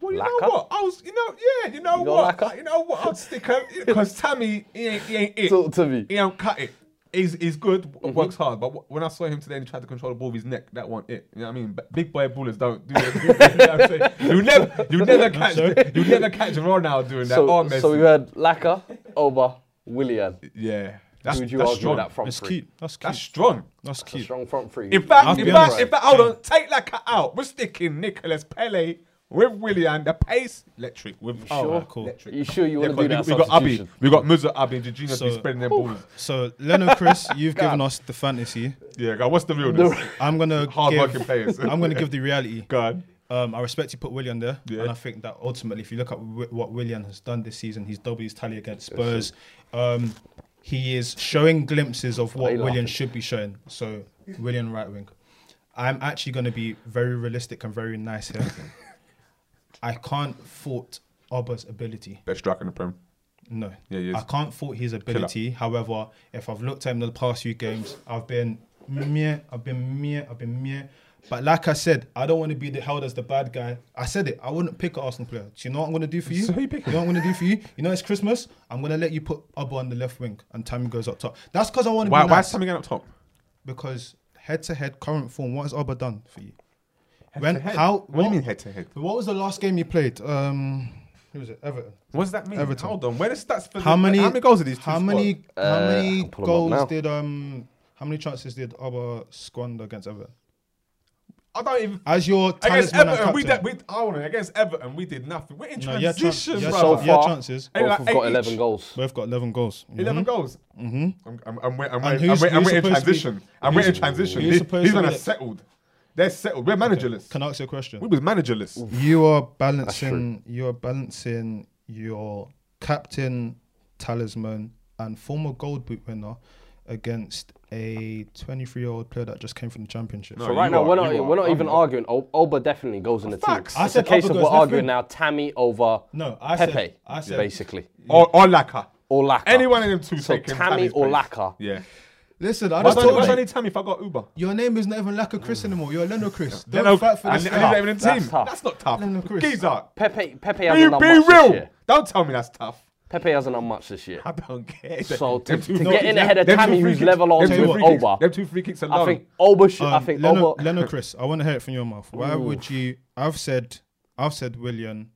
Speaker 3: Well, you
Speaker 1: Lacquer?
Speaker 3: know what? I was, you know, yeah, you know
Speaker 1: You got
Speaker 3: what?
Speaker 1: lacquer?
Speaker 3: You know what? I'd stick her because Tammy, he ain't, he ain't it.
Speaker 1: Talk to Mm-hmm. me.
Speaker 3: He don't cut it. He's, he's good, w- works hard, but w- when I saw him today and he tried to control the ball with his neck, that wasn't it. You know what I mean? But big boy ballers don't do that. *laughs* you, know what
Speaker 1: *laughs*
Speaker 3: I'm saying? you never, you never catch, you never catch Ronaldo doing that.
Speaker 1: So,
Speaker 3: or Messi.
Speaker 1: so we had Laka, Oba, Willian.
Speaker 3: yeah, that's,
Speaker 1: Who would you
Speaker 3: that's
Speaker 1: argue
Speaker 3: strong.
Speaker 1: that front
Speaker 2: That's
Speaker 1: three?
Speaker 2: cute. That's cute.
Speaker 3: That's
Speaker 2: That's,
Speaker 3: strong.
Speaker 1: A
Speaker 2: cute.
Speaker 1: strong front three.
Speaker 3: In fact,
Speaker 2: I'll
Speaker 3: in
Speaker 2: be
Speaker 3: fact,
Speaker 2: honest.
Speaker 3: in fact, hold on, take that cut out. We're sticking Nicholas Pele with Willian. The pace, electric. With oh,
Speaker 1: sure?
Speaker 2: cool.
Speaker 3: electric.
Speaker 1: you sure you
Speaker 3: Yeah,
Speaker 1: want to do
Speaker 3: but
Speaker 1: that?
Speaker 3: we, we got Abby,
Speaker 1: substitution?
Speaker 3: we got Musa Abby, and Jorginho to be
Speaker 2: So-
Speaker 3: spreading their balls.
Speaker 2: So, Leno,
Speaker 3: *laughs*
Speaker 2: Chris, you've given us the fantasy.
Speaker 3: Yeah, God, what's the realness?
Speaker 2: I'm gonna
Speaker 3: Hard-working
Speaker 2: give, *laughs*
Speaker 3: players.
Speaker 2: I'm gonna give the
Speaker 3: *laughs*
Speaker 2: reality.
Speaker 3: God,
Speaker 2: Um, I respect you put Willian there,
Speaker 3: Yeah.
Speaker 2: and I think that ultimately, if you look at w- what Willian has done this season, he's doubled his tally against Spurs. Um, he is showing glimpses of what
Speaker 1: you laughing?
Speaker 2: Willian should be showing. So, Willian right wing. I'm actually going to be very realistic and very nice here. I can't fault Oba's ability.
Speaker 3: best striker in the Prem.
Speaker 2: No.
Speaker 3: Yeah, he is.
Speaker 2: I can't fault his ability. However, if I've looked at him in the past few games, I've been meh, I've been meh, I've been meh. But like I said, I don't want to be the, held as the bad guy. I said it. I wouldn't pick an Arsenal player. Do you know what I'm going to do for you?
Speaker 3: So who you picking?
Speaker 2: know what I'm going to do for you? You know it's Christmas. I'm going to let you put Abba on the left wing and Tammy goes up top. That's because I want to
Speaker 3: Why,
Speaker 2: be
Speaker 3: why is
Speaker 2: nice.
Speaker 3: Tammy going up top?
Speaker 2: because head to head, current form, what has Abba done for you?
Speaker 3: to head?
Speaker 2: How?
Speaker 3: What do you mean head to head?
Speaker 2: What was the last game you played? Um, who was it? Everton.
Speaker 3: What does that mean?
Speaker 2: Everton.
Speaker 3: Hold on, where the stats for
Speaker 2: How
Speaker 3: the,
Speaker 2: many?
Speaker 3: How many goals are these? two
Speaker 2: How many?
Speaker 3: scored?
Speaker 2: how
Speaker 1: Uh,
Speaker 2: many
Speaker 1: I'll pull 'em up now.
Speaker 2: goals did um? How many chances did Abba squander against Everton?
Speaker 3: I don't even.
Speaker 2: As your
Speaker 3: Against
Speaker 2: talisman and
Speaker 3: Everton, we
Speaker 2: captain.
Speaker 3: did. We, I want to. Against Everton, we did nothing. We're in
Speaker 2: No, your, chance,
Speaker 3: transition,
Speaker 2: your,
Speaker 3: brother.
Speaker 1: So
Speaker 2: so your
Speaker 1: far-
Speaker 2: chances.
Speaker 3: Hey,
Speaker 1: Both
Speaker 3: like
Speaker 1: have
Speaker 3: eight
Speaker 1: got 11
Speaker 3: each.
Speaker 1: goals.
Speaker 2: Both got 11 goals.
Speaker 3: 11 goals. Mm-hmm. I'm, I'm, I'm, wait- I'm, wait- I'm,
Speaker 2: who's-
Speaker 3: wait- I'm
Speaker 2: who's
Speaker 3: waiting
Speaker 2: supposed to be-
Speaker 3: transition. I'm waiting transition.
Speaker 2: who's
Speaker 3: These
Speaker 2: supposed
Speaker 3: these
Speaker 2: to be
Speaker 3: men are
Speaker 2: the-
Speaker 3: settled. They're settled. We're managerless.
Speaker 2: Can I ask you a question?
Speaker 3: We was managerless.
Speaker 2: You are balancing. You are balancing your captain, talisman, and former Gold Boot winner against a 23-year-old player that just came from the championship.
Speaker 3: No,
Speaker 1: So
Speaker 3: you
Speaker 1: right now
Speaker 3: are-
Speaker 1: we're
Speaker 3: you
Speaker 1: not e-,
Speaker 3: are.
Speaker 1: we're not
Speaker 3: I'm
Speaker 1: even
Speaker 3: not.
Speaker 1: arguing. O- Oba definitely goes in the team.
Speaker 3: Facts. I
Speaker 1: It's a
Speaker 2: said
Speaker 1: case
Speaker 2: Oba
Speaker 1: of we're
Speaker 2: goes nothing.
Speaker 1: arguing now. Tammy over
Speaker 2: No, I said-
Speaker 1: Pepe,
Speaker 2: I said-
Speaker 1: basically,
Speaker 3: Or, or Laka.
Speaker 1: or Laka.
Speaker 3: Anyone of them two
Speaker 1: So
Speaker 3: taking
Speaker 1: Tammy
Speaker 3: Tammy's
Speaker 1: or
Speaker 3: place.
Speaker 1: Laka.
Speaker 3: Yeah.
Speaker 2: Listen, I
Speaker 3: Why
Speaker 2: just
Speaker 3: do
Speaker 2: told
Speaker 3: I
Speaker 2: you.
Speaker 3: need Tammy if I got Uber?
Speaker 2: Your name is not even Laka Chris anymore. You're Leno Chris. Don't
Speaker 3: Leno-
Speaker 2: fight for
Speaker 3: and,
Speaker 2: this.
Speaker 3: and he's not
Speaker 2: stuff.
Speaker 3: even in the
Speaker 1: That's
Speaker 3: team.
Speaker 1: tough.
Speaker 3: That's not tough.
Speaker 2: Leno Chris.
Speaker 3: Giza.
Speaker 1: Pepe Pepe
Speaker 3: Be,
Speaker 1: hasn't done
Speaker 3: be
Speaker 1: much this
Speaker 3: real.
Speaker 1: year.
Speaker 3: Don't tell me that's tough.
Speaker 1: Pepe hasn't done much this year.
Speaker 3: I don't care.
Speaker 1: So to-
Speaker 3: Them two
Speaker 1: to get
Speaker 3: free kicks-
Speaker 1: in ahead of
Speaker 3: them two
Speaker 1: Tammy,
Speaker 3: free
Speaker 1: who's
Speaker 3: kicks-
Speaker 1: level on
Speaker 3: them
Speaker 2: to
Speaker 3: two free kicks-
Speaker 1: Oba.
Speaker 3: Them two free kicks alone.
Speaker 1: I think Oba should. I
Speaker 2: Um,
Speaker 1: think
Speaker 2: Leno,
Speaker 1: Oba.
Speaker 2: Leno Chris, I want to hear it from your mouth. Why would you? I've said, I've said William,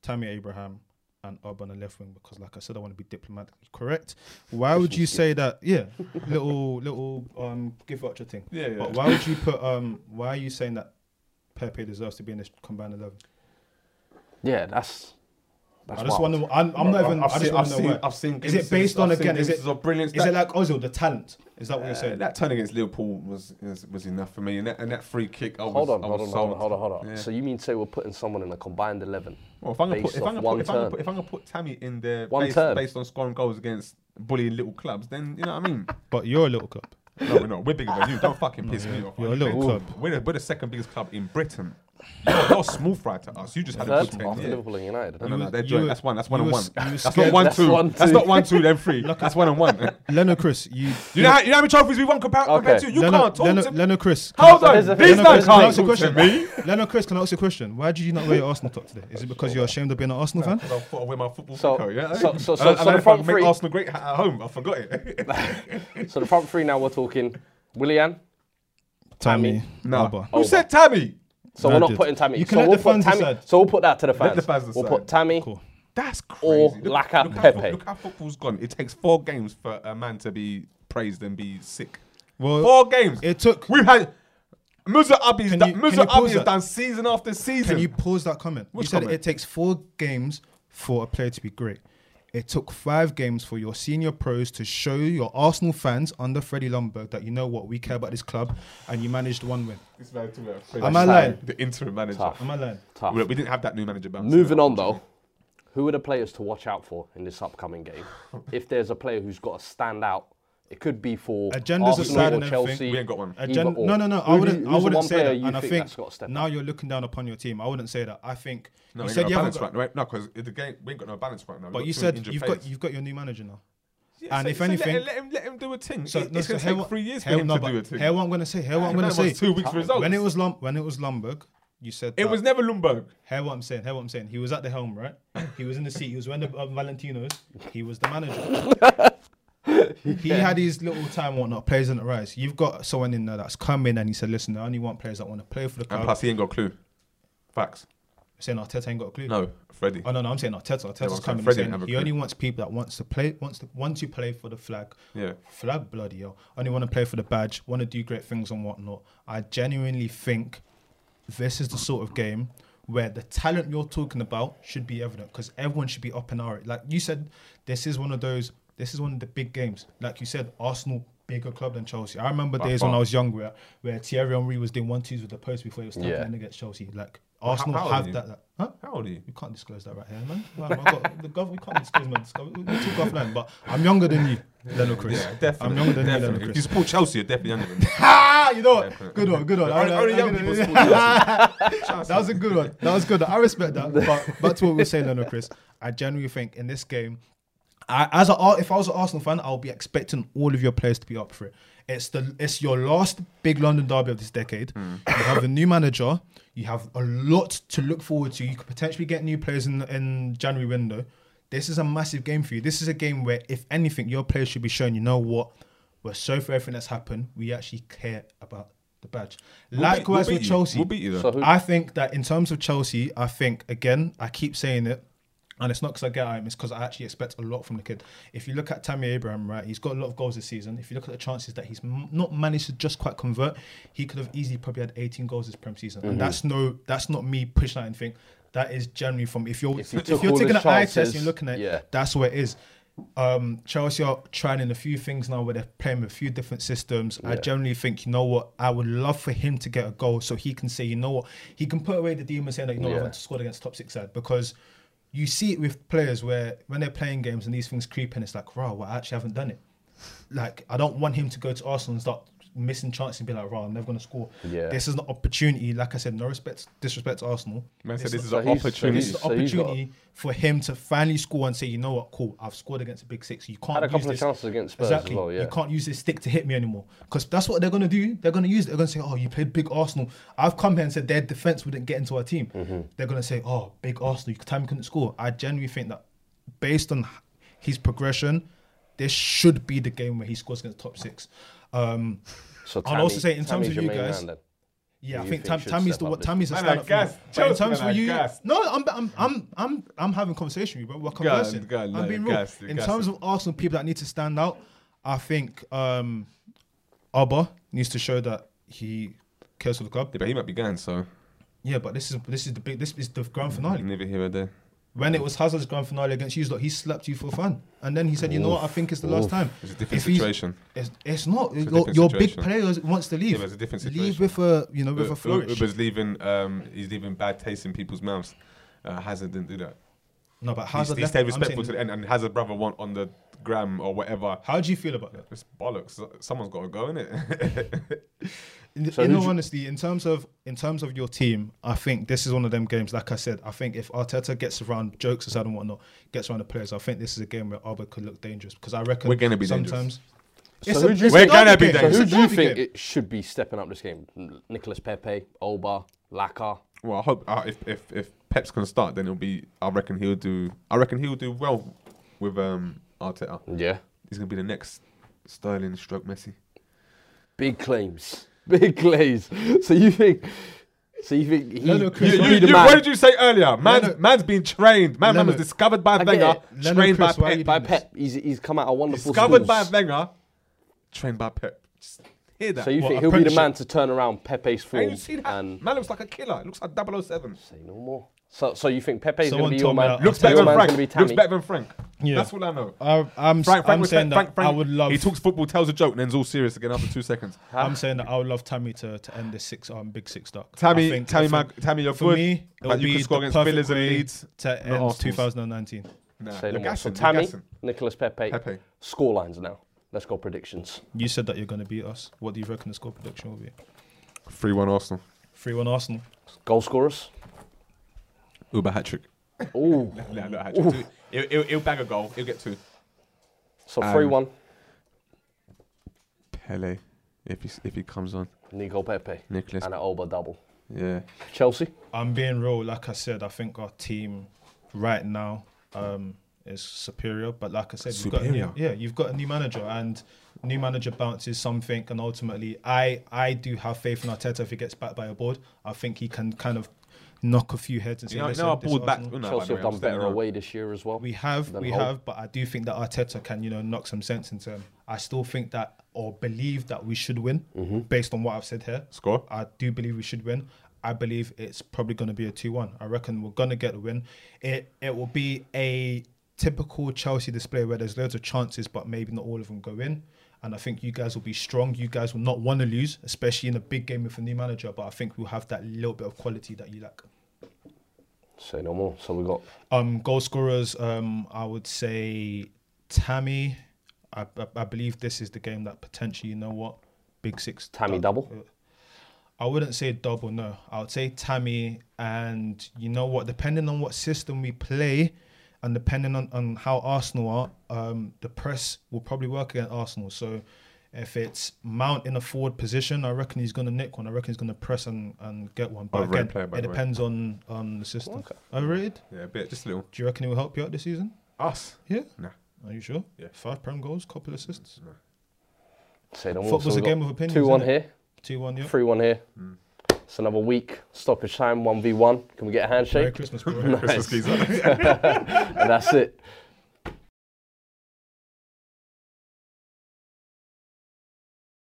Speaker 2: Tammy Abraham, and Ob on the left wing because, like I said, I want to be diplomatically correct. Why would you say that?
Speaker 3: *laughs*
Speaker 2: Yeah, little little um give voucher thing.
Speaker 3: Yeah, yeah.
Speaker 2: But why would you put um? Why are you saying that Pepe deserves to be in this combined eleven?
Speaker 1: Yeah, that's. That's
Speaker 2: I just
Speaker 1: wild.
Speaker 2: want to. I'm, I'm not
Speaker 3: I've-
Speaker 2: even.
Speaker 3: I've
Speaker 2: I just
Speaker 3: seen-
Speaker 2: want
Speaker 3: I've
Speaker 2: to know
Speaker 3: seen-
Speaker 2: where.
Speaker 3: I've seen
Speaker 2: Is it
Speaker 3: glimpses,
Speaker 2: based on
Speaker 3: I've seen
Speaker 2: again? Is it
Speaker 3: glimpses of brilliance.
Speaker 2: Is
Speaker 3: That-
Speaker 2: it like Ozil, the talent? Is that what you're
Speaker 3: Uh,
Speaker 2: saying?
Speaker 3: that turn against Liverpool was, was was enough for me, and that and that free kick. I was,
Speaker 1: Hold on,
Speaker 3: I
Speaker 1: hold on,
Speaker 3: was
Speaker 1: hold on,
Speaker 3: sold.
Speaker 1: hold on, hold on.
Speaker 3: Yeah.
Speaker 1: So you mean say we're putting someone in a combined eleven?
Speaker 3: Well, if I'm gonna put
Speaker 1: based
Speaker 3: if
Speaker 1: off
Speaker 3: I'm gonna
Speaker 1: one
Speaker 3: put if I'm gonna
Speaker 1: turn.
Speaker 3: put, if I'm gonna put Tammy in there
Speaker 1: One
Speaker 3: based,
Speaker 1: turn.
Speaker 3: based on scoring goals against bullying little clubs, then you know what I mean.
Speaker 2: But you're a little cup.
Speaker 3: no, we're not. We're bigger than you. Don't fucking piss me off.
Speaker 2: You're a little
Speaker 3: We're-
Speaker 2: club.
Speaker 3: We're the, we're the second biggest club in Britain. You're, you're small fry to us. You just had a
Speaker 1: Third
Speaker 3: good ten.
Speaker 1: after
Speaker 3: Yeah.
Speaker 1: Liverpool and United.
Speaker 3: No, no,
Speaker 2: You
Speaker 3: no,
Speaker 2: were-
Speaker 3: they're
Speaker 2: you
Speaker 3: joint.
Speaker 2: were-
Speaker 3: That's one. That's
Speaker 2: you
Speaker 3: one and
Speaker 2: were
Speaker 3: one.
Speaker 2: s- you were
Speaker 3: That's not
Speaker 2: scared.
Speaker 3: one
Speaker 1: That's
Speaker 3: two.
Speaker 1: one,
Speaker 3: That's
Speaker 1: two.
Speaker 3: not one two. Then three. That's one and
Speaker 2: *laughs*
Speaker 3: one.
Speaker 2: Leno Chris,
Speaker 3: *laughs*
Speaker 2: you.
Speaker 3: You know how you know how many trophies we won compared, compared to you. You
Speaker 2: Leno,
Speaker 3: can't talk
Speaker 2: Leno,
Speaker 3: to me.
Speaker 2: Leno Chris. can I-
Speaker 3: Hold
Speaker 1: So
Speaker 3: on.
Speaker 1: there's a-
Speaker 3: These
Speaker 1: Leno
Speaker 3: guys
Speaker 1: Chris, can
Speaker 2: I
Speaker 3: can't
Speaker 2: ask you a
Speaker 3: talk to me.
Speaker 2: question? Leno Chris, can I ask you a question? Why did you not wear your Arsenal top today? Is it because you're ashamed of being an Arsenal fan?
Speaker 3: I thought I wear my football
Speaker 1: So-
Speaker 3: pico, yeah. *laughs*
Speaker 1: so- so- so-
Speaker 3: And
Speaker 1: so
Speaker 3: I- and
Speaker 1: the
Speaker 3: I
Speaker 1: front
Speaker 3: fucking make
Speaker 1: three-
Speaker 3: Arsenal great at home. I
Speaker 2: *laughs*
Speaker 3: forgot it.
Speaker 1: So the front three now we're talking Willian.
Speaker 2: Tammy,
Speaker 1: Tammy.
Speaker 3: no.
Speaker 2: Alba.
Speaker 1: Oh.
Speaker 3: Who said Tammy?
Speaker 1: So
Speaker 2: No,
Speaker 1: we're
Speaker 2: I
Speaker 1: not
Speaker 2: did.
Speaker 1: putting Tammy.
Speaker 2: You can
Speaker 1: so
Speaker 2: let
Speaker 1: we'll
Speaker 2: the
Speaker 1: put
Speaker 2: fans
Speaker 1: Tammy.
Speaker 2: decide.
Speaker 1: So we'll put that to the fans.
Speaker 3: the fans
Speaker 1: we'll
Speaker 3: decide.
Speaker 1: put Tammy.
Speaker 2: Cool.
Speaker 3: That's crazy.
Speaker 1: Or Laka
Speaker 3: look, how,
Speaker 1: Pepe.
Speaker 3: look how football's gone. It takes four games for a man to be praised and be sick.
Speaker 2: Well,
Speaker 3: Four games.
Speaker 2: it took.
Speaker 3: We've had Musa Abi's
Speaker 2: Can
Speaker 3: done,
Speaker 2: you- can
Speaker 3: Musa
Speaker 2: you pause
Speaker 3: Abi has
Speaker 2: that?
Speaker 3: done season after season.
Speaker 2: Can you pause that comment?
Speaker 3: Which
Speaker 2: you said
Speaker 3: comment?
Speaker 2: it takes four games for a player to be great. It took five games for your senior pros to show your Arsenal fans under Freddie Lundberg that you know what we care about this club, and you managed one win.
Speaker 3: This man too, uh,
Speaker 2: Am I lying?
Speaker 3: The interim manager.
Speaker 1: Tough.
Speaker 2: Am I lying?
Speaker 1: Tough.
Speaker 3: We, we didn't have that new manager. But
Speaker 1: Moving on though, who are the players to watch out for in this upcoming game? if there's a player who's got to stand out, it could be for
Speaker 2: Agendas aside
Speaker 1: Arsenal or
Speaker 2: and everything,
Speaker 1: Chelsea.
Speaker 3: we ain't got one.
Speaker 2: A
Speaker 1: either
Speaker 2: gen-
Speaker 1: or.
Speaker 2: no, no, no.
Speaker 1: Who
Speaker 2: I
Speaker 1: do
Speaker 2: wouldn't.
Speaker 1: you- who's
Speaker 2: I
Speaker 1: the
Speaker 2: wouldn't
Speaker 1: one
Speaker 2: say
Speaker 1: player
Speaker 2: that.
Speaker 1: you
Speaker 2: And I
Speaker 1: think
Speaker 2: think
Speaker 1: that's got to step
Speaker 2: now you're looking down upon your team. I wouldn't say that. I think
Speaker 3: No,
Speaker 2: you
Speaker 3: we
Speaker 2: said
Speaker 3: said
Speaker 2: you
Speaker 3: no
Speaker 2: haven't
Speaker 3: balance
Speaker 2: got,
Speaker 3: right, right? No, because the game we ain't got no balance right now. We've
Speaker 2: but
Speaker 3: got
Speaker 2: you
Speaker 3: two
Speaker 2: said
Speaker 3: injured
Speaker 2: you've
Speaker 3: players.
Speaker 2: got you've got your new manager now.
Speaker 3: Yeah,
Speaker 2: and
Speaker 3: so-
Speaker 2: if
Speaker 3: so let-
Speaker 2: anything-
Speaker 3: let him let him do a thing.
Speaker 2: So,
Speaker 3: So, it,
Speaker 2: no,
Speaker 3: it's
Speaker 2: so
Speaker 3: gonna
Speaker 2: here
Speaker 3: take
Speaker 2: what-
Speaker 3: three years for
Speaker 2: here
Speaker 3: him
Speaker 2: no,
Speaker 3: to do a
Speaker 2: but
Speaker 3: thing.
Speaker 2: Here what I'm gonna say. Here what I'm
Speaker 3: The man
Speaker 2: gonna say.
Speaker 3: wants two weeks results.
Speaker 2: When it was Lum, when it was Lumberg, you said
Speaker 3: it
Speaker 2: that-
Speaker 3: was never Lundberg.
Speaker 2: Hear what I'm saying. Hear what I'm saying. He was at the helm, right? He was in the seat. He was wearing the uh, Valentinos. He was the manager.
Speaker 3: *laughs*
Speaker 2: He had his little time, whatnot. Players didn't rise. You've got someone in there that's come in, and he said, "Listen, I only want players that want to play for the
Speaker 3: And
Speaker 2: club."
Speaker 3: plus, he ain't got a clue. Facts.
Speaker 2: saying Arteta ain't got a clue.
Speaker 3: No, Freddie.
Speaker 2: Oh no, no, I'm saying Arteta.
Speaker 3: I'm
Speaker 2: Arteta's coming.
Speaker 3: saying Fred
Speaker 2: and
Speaker 3: didn't
Speaker 2: Saying
Speaker 3: have a
Speaker 2: he
Speaker 3: clue.
Speaker 2: only wants people that wants to play, wants to wants to play for the flag.
Speaker 3: Yeah.
Speaker 2: Flag, bloody hell. Only want to play for the badge. Want to do great things and whatnot. I genuinely think this is the sort of game where the talent you're talking about should be evident because everyone should be up and out. Like you said, this is one of those. This is one of the big games. Like you said, Arsenal. Bigger club than Chelsea. I remember
Speaker 3: By
Speaker 2: days when
Speaker 3: far.
Speaker 2: I was younger where Thierry Henry was doing one twos with the post before he was tackling
Speaker 1: Yeah.
Speaker 2: against Chelsea. Like Arsenal
Speaker 3: how old are you?
Speaker 2: have that, that. Huh?
Speaker 3: How old are you?
Speaker 2: We can't disclose that right here, man. Wow, I've got, *laughs* the gov- we can't disclose my discovery. We we took offline, but I'm younger than you, Leno Chris.
Speaker 3: Yeah, definitely.
Speaker 2: I'm younger than you,
Speaker 3: definitely.
Speaker 2: Leno
Speaker 3: If you
Speaker 2: Chris.
Speaker 3: support Chelsea, you're definitely younger
Speaker 2: *laughs*
Speaker 3: than me.
Speaker 2: Ah, you know what? Good one, good one.
Speaker 3: Only-
Speaker 2: I- I-
Speaker 3: only
Speaker 2: I-
Speaker 3: young
Speaker 2: I- *laughs*
Speaker 3: people
Speaker 2: I-
Speaker 3: support Chelsea.
Speaker 2: That was a good one. That was good. I respect that. But back to what we were saying, Leno Chris. I genuinely think in this game, I, as a, Ar- if I was an Arsenal fan, I'll be expecting all of your players to be up for it. It's the it's your last big London derby of this decade.
Speaker 3: Hmm.
Speaker 2: You have a new manager. You have a lot to look forward to. You could potentially get new players in in January window. This is a massive game for you. This is a game where, if anything, your players should be shown. You know what? We're so for everything that's happened. We actually care about the badge. Likewise
Speaker 3: We'll beat
Speaker 2: with
Speaker 3: you.
Speaker 2: Chelsea.
Speaker 3: We'll beat you though.
Speaker 1: So who-
Speaker 2: I think that in terms of Chelsea, I think again, I keep saying it. And it's not because I get at him, it's because I actually expect a lot from the kid. If you look at Tammy Abraham, right, he's got a lot of goals this season. If you look at the chances that he's m- not managed to just quite convert, he could have easily probably had 18 goals this prem season.
Speaker 1: Mhm.
Speaker 2: And that's no, that's not me pushing that anything. That is generally from if you're
Speaker 1: If
Speaker 2: if,
Speaker 1: he took
Speaker 2: you're
Speaker 1: all
Speaker 2: taking an
Speaker 1: his
Speaker 2: eye test,
Speaker 1: chances,
Speaker 2: you're looking at
Speaker 1: yeah.
Speaker 2: that's what it is. Um, Chelsea are trying in a few things now where they're playing with a few different systems. I generally think, you know what, I would love for him to get a goal so he can say, you know what, he can put away the demon saying that, you know, I
Speaker 1: Yeah.
Speaker 2: want to score against top six side because you see it with players where when they're playing games and these things creep in, it's like, wow, well, I actually haven't done it. Like, I don't want him to go to Arsenal and start missing chances and be like, wow, I'm never going to score.
Speaker 1: Yeah.
Speaker 2: This is an opportunity. Like I said, no respect, disrespect to Arsenal.
Speaker 3: Man said
Speaker 2: It's
Speaker 3: this
Speaker 2: a-
Speaker 3: is
Speaker 1: so
Speaker 3: an
Speaker 1: he's- so
Speaker 3: opportunity.
Speaker 2: it's the
Speaker 1: So he's got-
Speaker 2: opportunity for him to finally score and say, you know what, cool, I've scored against a big six. You can't
Speaker 1: Had a
Speaker 2: use
Speaker 1: couple of
Speaker 2: this-
Speaker 1: chances against Spurs as
Speaker 2: exactly.
Speaker 1: well, yeah.
Speaker 2: You can't use this stick to hit me anymore because that's what they're gonna do. They're gonna use. it. They're gonna say, oh, you played big Arsenal. I've come here and said their defense wouldn't get into our team.
Speaker 1: Mm-hmm.
Speaker 2: They're gonna say, oh, big Arsenal. You time couldn't score. I genuinely think that based on his progression, this should be the game where he scores against top six. Um,
Speaker 1: So
Speaker 2: I'll
Speaker 1: Tammy,
Speaker 2: also say in terms
Speaker 1: Tammy's
Speaker 2: of
Speaker 1: your
Speaker 2: you
Speaker 1: main
Speaker 2: guys-
Speaker 1: man then.
Speaker 2: yeah, I
Speaker 1: you
Speaker 2: think
Speaker 1: think
Speaker 2: Tam,
Speaker 1: should
Speaker 2: Tammy's
Speaker 1: step
Speaker 2: the
Speaker 1: up
Speaker 2: what
Speaker 1: this
Speaker 2: Tammy's the
Speaker 3: Man, I
Speaker 2: stand up.
Speaker 3: gassed.
Speaker 2: in
Speaker 3: Jokes,
Speaker 2: terms
Speaker 3: man,
Speaker 2: for
Speaker 3: I
Speaker 2: you,
Speaker 3: gassed.
Speaker 2: no, I'm I'm I'm I'm I'm having conversation with you, bro. We're
Speaker 3: Gassed,
Speaker 2: conversing.
Speaker 3: gassed,
Speaker 2: I'm
Speaker 3: no,
Speaker 2: being
Speaker 3: you're
Speaker 2: real.
Speaker 3: gassed, you're
Speaker 2: in
Speaker 3: gassed.
Speaker 2: terms of Arsenal people that need to stand out, I think um, Abba needs to show that he cares for the club.
Speaker 3: Yeah, but he might be gone, so
Speaker 2: Yeah, but this is this is the big this is the grand finale.
Speaker 3: never here or there.
Speaker 2: When it was Hazard's grand finale against you, he slapped you for fun, and then he said, "You know what? I think it's the last time."
Speaker 3: It's a different
Speaker 2: If he's-
Speaker 3: situation.
Speaker 2: It's, it's not
Speaker 3: a
Speaker 2: your,
Speaker 3: different
Speaker 2: your big
Speaker 3: situation.
Speaker 2: player wants to leave.
Speaker 3: Yeah, but it's a different
Speaker 2: Leave
Speaker 3: situation.
Speaker 2: with a you know with a
Speaker 3: U-
Speaker 2: flourish.
Speaker 3: U- Uber's leaving. Um, he's leaving bad taste in people's mouths. Uh, Hazard didn't do that.
Speaker 2: no, but
Speaker 3: He,
Speaker 2: Hazard
Speaker 3: he
Speaker 2: left-
Speaker 3: stayed
Speaker 2: I'm
Speaker 3: respectful
Speaker 2: saying-
Speaker 3: to the end, and Hazard brother want on the gram or whatever.
Speaker 2: How do you feel about that?
Speaker 3: It's bollocks. Someone's got to go, innit? *laughs*
Speaker 2: In,
Speaker 1: So
Speaker 2: in
Speaker 1: who'd
Speaker 2: all
Speaker 1: you-
Speaker 2: honesty, in terms of in terms of your team, I think this is one of them games. Like I said, I think if Arteta gets around jokes aside and whatnot, gets around the players, I think this is a game where Arbor could look dangerous because I reckon
Speaker 3: We're gonna be dangerous.
Speaker 2: sometimes.
Speaker 1: So who'd you-
Speaker 2: a
Speaker 3: We're gonna
Speaker 2: derby
Speaker 3: be
Speaker 1: So
Speaker 2: game. It's
Speaker 3: dangerous.
Speaker 2: a
Speaker 1: who do you
Speaker 2: derby
Speaker 1: think
Speaker 2: game.
Speaker 1: it should be stepping up this game? N- Nicolas Pepe, Oba, Laka.
Speaker 3: well, I hope uh, if, if if Pep's can start, then it'll be. I reckon he'll do. I reckon he'll do well with um Arteta.
Speaker 1: Yeah.
Speaker 3: He's gonna be the next Sterling stroke Messi.
Speaker 1: Big claims. *laughs* Big claims. So you think? So you think he
Speaker 2: Leno
Speaker 1: he
Speaker 2: Chris-
Speaker 3: You,
Speaker 1: should
Speaker 3: you,
Speaker 1: be the
Speaker 3: you,
Speaker 1: man?
Speaker 3: what did you say earlier? Man,
Speaker 2: Leonard-
Speaker 3: man's been trained. Man, man was
Speaker 2: Leonard-
Speaker 3: discovered by
Speaker 1: get
Speaker 3: Wenger,
Speaker 1: it.
Speaker 3: trained
Speaker 2: Leonard
Speaker 3: by
Speaker 2: Chris, why are
Speaker 3: Pep.
Speaker 2: you
Speaker 1: by Pep. He's he's come out of wonderful
Speaker 3: discovered by
Speaker 1: schools.
Speaker 3: Wenger, trained by Pep. Just hear that.
Speaker 1: So you
Speaker 2: What,
Speaker 1: think he'll be the
Speaker 2: apprenticeship?
Speaker 1: man to turn around Pepe's form
Speaker 3: Ain't you see that?
Speaker 1: and
Speaker 3: Man looks like a oh killer. Looks like 007.
Speaker 1: say no more? So so you think Pepe's going to
Speaker 2: Someone
Speaker 1: be your
Speaker 2: told me
Speaker 1: man?
Speaker 2: that.
Speaker 3: Looks
Speaker 2: I'll
Speaker 3: better
Speaker 1: your
Speaker 2: tell
Speaker 3: than
Speaker 1: man's going to
Speaker 3: Frank.
Speaker 1: be Tammy.
Speaker 3: Looks better than Frank.
Speaker 2: Yeah.
Speaker 3: That's all I know.
Speaker 2: I, I'm
Speaker 3: Frank, Frank,
Speaker 2: I'm
Speaker 3: was
Speaker 2: saying
Speaker 3: Frank,
Speaker 2: that
Speaker 3: Frank,
Speaker 2: I would love.
Speaker 3: He talks football, tells a joke, and then's all serious again after two seconds.
Speaker 2: I'm saying that *laughs* I would love Tammy to, to end this six um big six duck.
Speaker 3: Tammy,
Speaker 2: I think-
Speaker 3: Tammy,
Speaker 2: I
Speaker 3: Mag,
Speaker 2: think
Speaker 3: Tammy, you're
Speaker 2: for
Speaker 3: good.
Speaker 2: me, it
Speaker 3: but
Speaker 2: would
Speaker 3: you
Speaker 2: be
Speaker 3: can score
Speaker 2: the
Speaker 3: against
Speaker 2: perfect
Speaker 3: Villas and
Speaker 2: way
Speaker 3: Leeds.
Speaker 2: to
Speaker 3: not
Speaker 2: end
Speaker 3: Arsenal's.
Speaker 2: 2019.
Speaker 3: Nah,
Speaker 1: Say
Speaker 3: you're
Speaker 1: no more. So
Speaker 3: gassing, you're
Speaker 1: Tammy,
Speaker 3: gassing.
Speaker 1: Nicolas Pepe,
Speaker 3: Pepe.
Speaker 1: score lines now. Let's go predictions.
Speaker 2: You said that you're going to beat us. What do you reckon the score prediction will be?
Speaker 3: 3 1 Arsenal.
Speaker 2: Three one Arsenal.
Speaker 1: Goal scorers.
Speaker 3: Uber hat trick.
Speaker 1: Ooh.
Speaker 3: Nah, not hat trick. He'll, he'll, he'll bag a goal. He'll get two.
Speaker 1: So
Speaker 3: Um,
Speaker 1: three one.
Speaker 3: Pele, if he, if he comes on.
Speaker 1: Nico Pepe
Speaker 3: Nicholas.
Speaker 1: and an Oba double.
Speaker 3: Yeah.
Speaker 1: Chelsea.
Speaker 2: I'm being real. Like I said, I think our team right now um, is superior. But like I said, you've got a
Speaker 3: Superior?
Speaker 2: new, yeah, you've got a new manager, and new manager bounces something. And ultimately, I I do have faith in Arteta. If he gets backed by a board, I think he can kind of knock a few heads and say,
Speaker 3: You know, you
Speaker 2: "Listen,
Speaker 3: know I
Speaker 2: this
Speaker 3: pulled back.
Speaker 2: Arsenal-
Speaker 3: No, by the
Speaker 1: Chelsea
Speaker 3: way,
Speaker 1: have
Speaker 3: I'm
Speaker 1: done
Speaker 3: staying
Speaker 1: better
Speaker 3: around.
Speaker 1: away this year as well.
Speaker 2: We have,
Speaker 1: Then
Speaker 2: we
Speaker 1: hope.
Speaker 2: have, but I do think that Arteta can, you know, knock some sense into him. I still think that or believe that we should win based on what I've said here.
Speaker 3: Mm-hmm. Score?
Speaker 2: I do believe we should win. I believe it's probably going to be a 2-1. I reckon we're going to get the win. It it will be a typical Chelsea display where there's loads of chances but maybe not all of them go in. And I think you guys will be strong. You guys will not want to lose, especially in a big game with a new manager, but I think we'll have that little bit of quality that you lack.
Speaker 1: Say no more. So we got
Speaker 2: Um, goal scorers, um, I would say Tammy. I, I, I believe this is the game that potentially, you know what, big six.
Speaker 1: Tammy
Speaker 2: dub-
Speaker 1: double.
Speaker 2: I wouldn't say double, no. I would say Tammy, and you know what, depending on what system we play, and depending on, on how Arsenal are, um, the press will probably work against Arsenal. So if it's Mount in a forward position, I reckon he's going to nick one. I reckon he's going to press and, and get one. But
Speaker 3: Overrated
Speaker 2: again,
Speaker 3: player, by
Speaker 2: it
Speaker 3: the way.
Speaker 2: depends on um, the system.
Speaker 1: Okay.
Speaker 2: Overrated?
Speaker 3: Yeah, a bit. Just a little.
Speaker 2: Do you reckon it will help you out this season?
Speaker 3: Us?
Speaker 2: Yeah.
Speaker 1: *laughs*
Speaker 3: Nah.
Speaker 2: Are you sure?
Speaker 3: Yeah.
Speaker 2: Five prem goals, couple assists.
Speaker 1: Say no more.
Speaker 2: Football's
Speaker 1: so
Speaker 2: a game of opinions.
Speaker 1: Two one here.
Speaker 2: Two one. Yeah. Mm.
Speaker 1: Three one here. It's another week. Stoppage time, 1v1. Can we get a handshake?
Speaker 3: *laughs*
Speaker 2: Merry Christmas, bro. *laughs*
Speaker 3: Christmas keys on.
Speaker 1: and that's it.